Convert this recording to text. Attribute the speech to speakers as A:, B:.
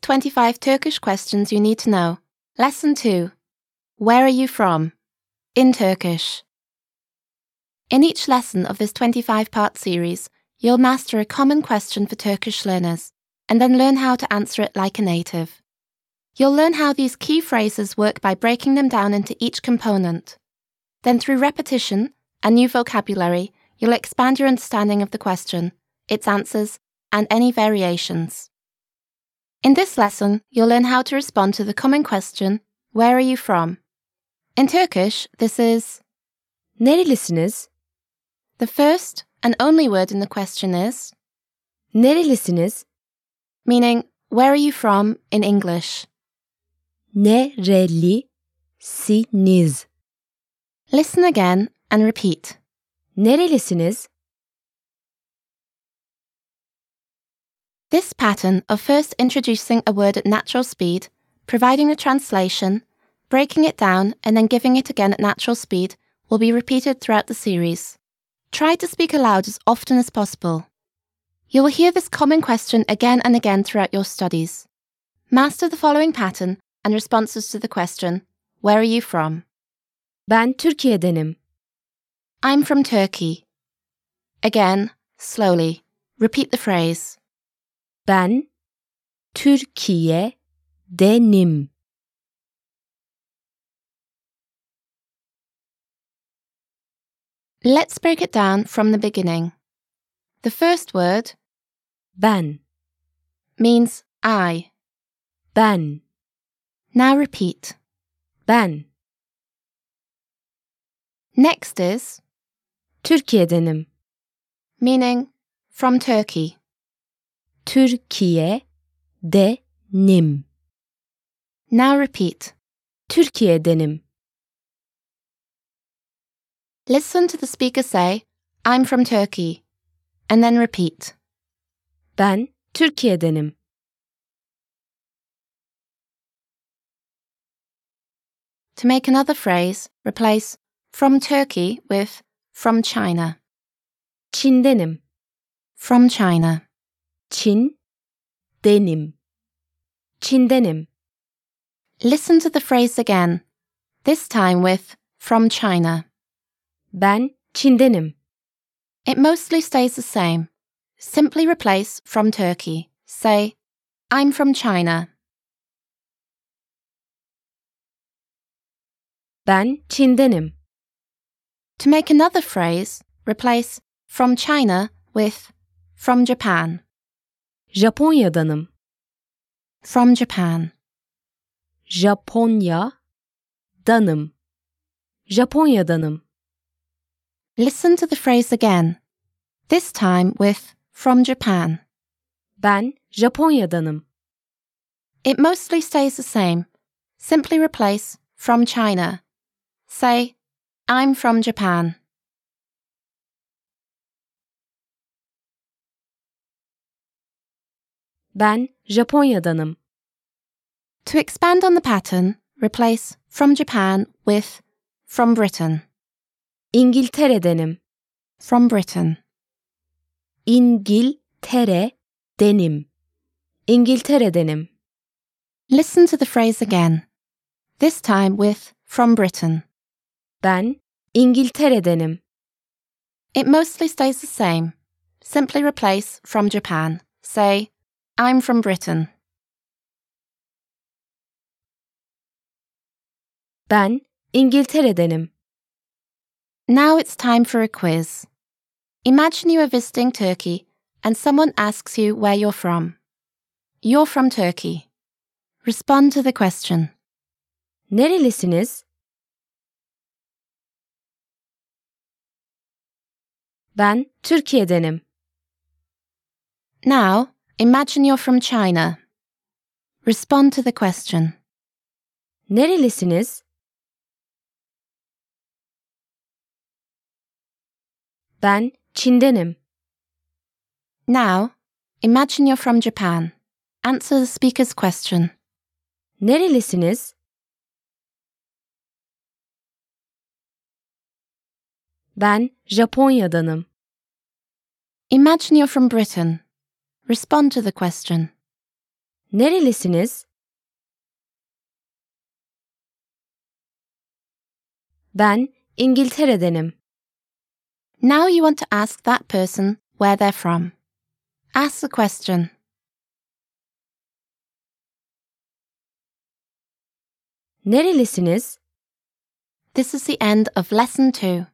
A: 25 Turkish questions you need to know. Lesson 2. Where are you from? In Turkish. In each lesson of this 25 part series, you'll master a common question for Turkish learners and then learn how to answer it like a native. You'll learn how these key phrases work by breaking them down into each component. Then, through repetition and new vocabulary, you'll expand your understanding of the question, its answers, and any variations. In this lesson, you'll learn how to respond to the common question, Where are you from? In Turkish, this is
B: Nerelisiniz?
A: the first and only word in the question is,
B: Nerelisiniz?
A: meaning, Where are you from in English?
B: Nerelisiniz?
A: Listen again and repeat.
B: Nerelisiniz?
A: This pattern of first introducing a word at natural speed, providing the translation, breaking it down, and then giving it again at natural speed will be repeated throughout the series. Try to speak aloud as often as possible. You will hear this common question again and again throughout your studies. Master the following pattern and responses to the question Where are you from?
B: Ben Türkiye'denim.
A: I'm from Turkey. Again, slowly. Repeat the phrase.
B: Ben Türkiye'denim.
A: Let's break it down from the beginning. The first word
B: Ben,
A: means I.
B: ben,
A: Now repeat.
B: ben
A: Next is
B: Türkiye'denim.
A: meaning from Turkey.
B: Türkiye'denim.
A: Now repeat.
B: Türkiye'denim.
A: Listen to the speaker say, I'm from Turkey, and then repeat.
B: Ben Türkiye'denim.
A: To make another phrase, replace from Turkey with from China.
B: Çin'denim.
A: From China.
B: Çin denim. Çin'denim.
A: Listen to the phrase again, this time with from China.
B: Ben Çin'denim.
A: It mostly stays the same. Simply replace from Turkey. Say, I'm from China.
B: Ben Çin'denim.
A: To make another phrase, replace from China with from Japan.
B: Japonya'danım.
A: From Japan.
B: Japonya'danım. Japonya'danım.
A: Listen to the phrase again. This time with from Japan.
B: Ben Japonya'danım.
A: It mostly stays the same. Simply replace from China. Say, I'm from Japan.
B: Ben Japonya'danım.
A: To expand on the pattern, replace from Japan with from Britain.
B: İngiltere'denim.
A: From Britain.
B: İngiltere'denim. İngiltere'denim.
A: Listen to the phrase again. This time with from Britain.
B: Ben İngiltere'denim.
A: It mostly stays the same. Simply replace from Japan. Say, I'm from Britain.
B: Ben İngiltere'denim.
A: Now it's time for a quiz. Imagine you are visiting Turkey and someone asks you where you're from. You're from Turkey. Respond to the question.
B: Nerelisiniz? Ben Türkiye'denim.
A: Now, imagine you're from China. Respond to the question.
B: Nerelisiniz? Ben Çin'denim.
A: Now, imagine you're from Japan. Answer the speaker's question.
B: Nerelisiniz? Ben Japonya'danım.
A: Imagine you're from Britain. Respond to the question.
B: Nerelisiniz? Ben İngiltere'denim.
A: Now you want to ask that person where they're from. Ask the question.
B: Nerelisiniz?
A: This is the end of lesson two.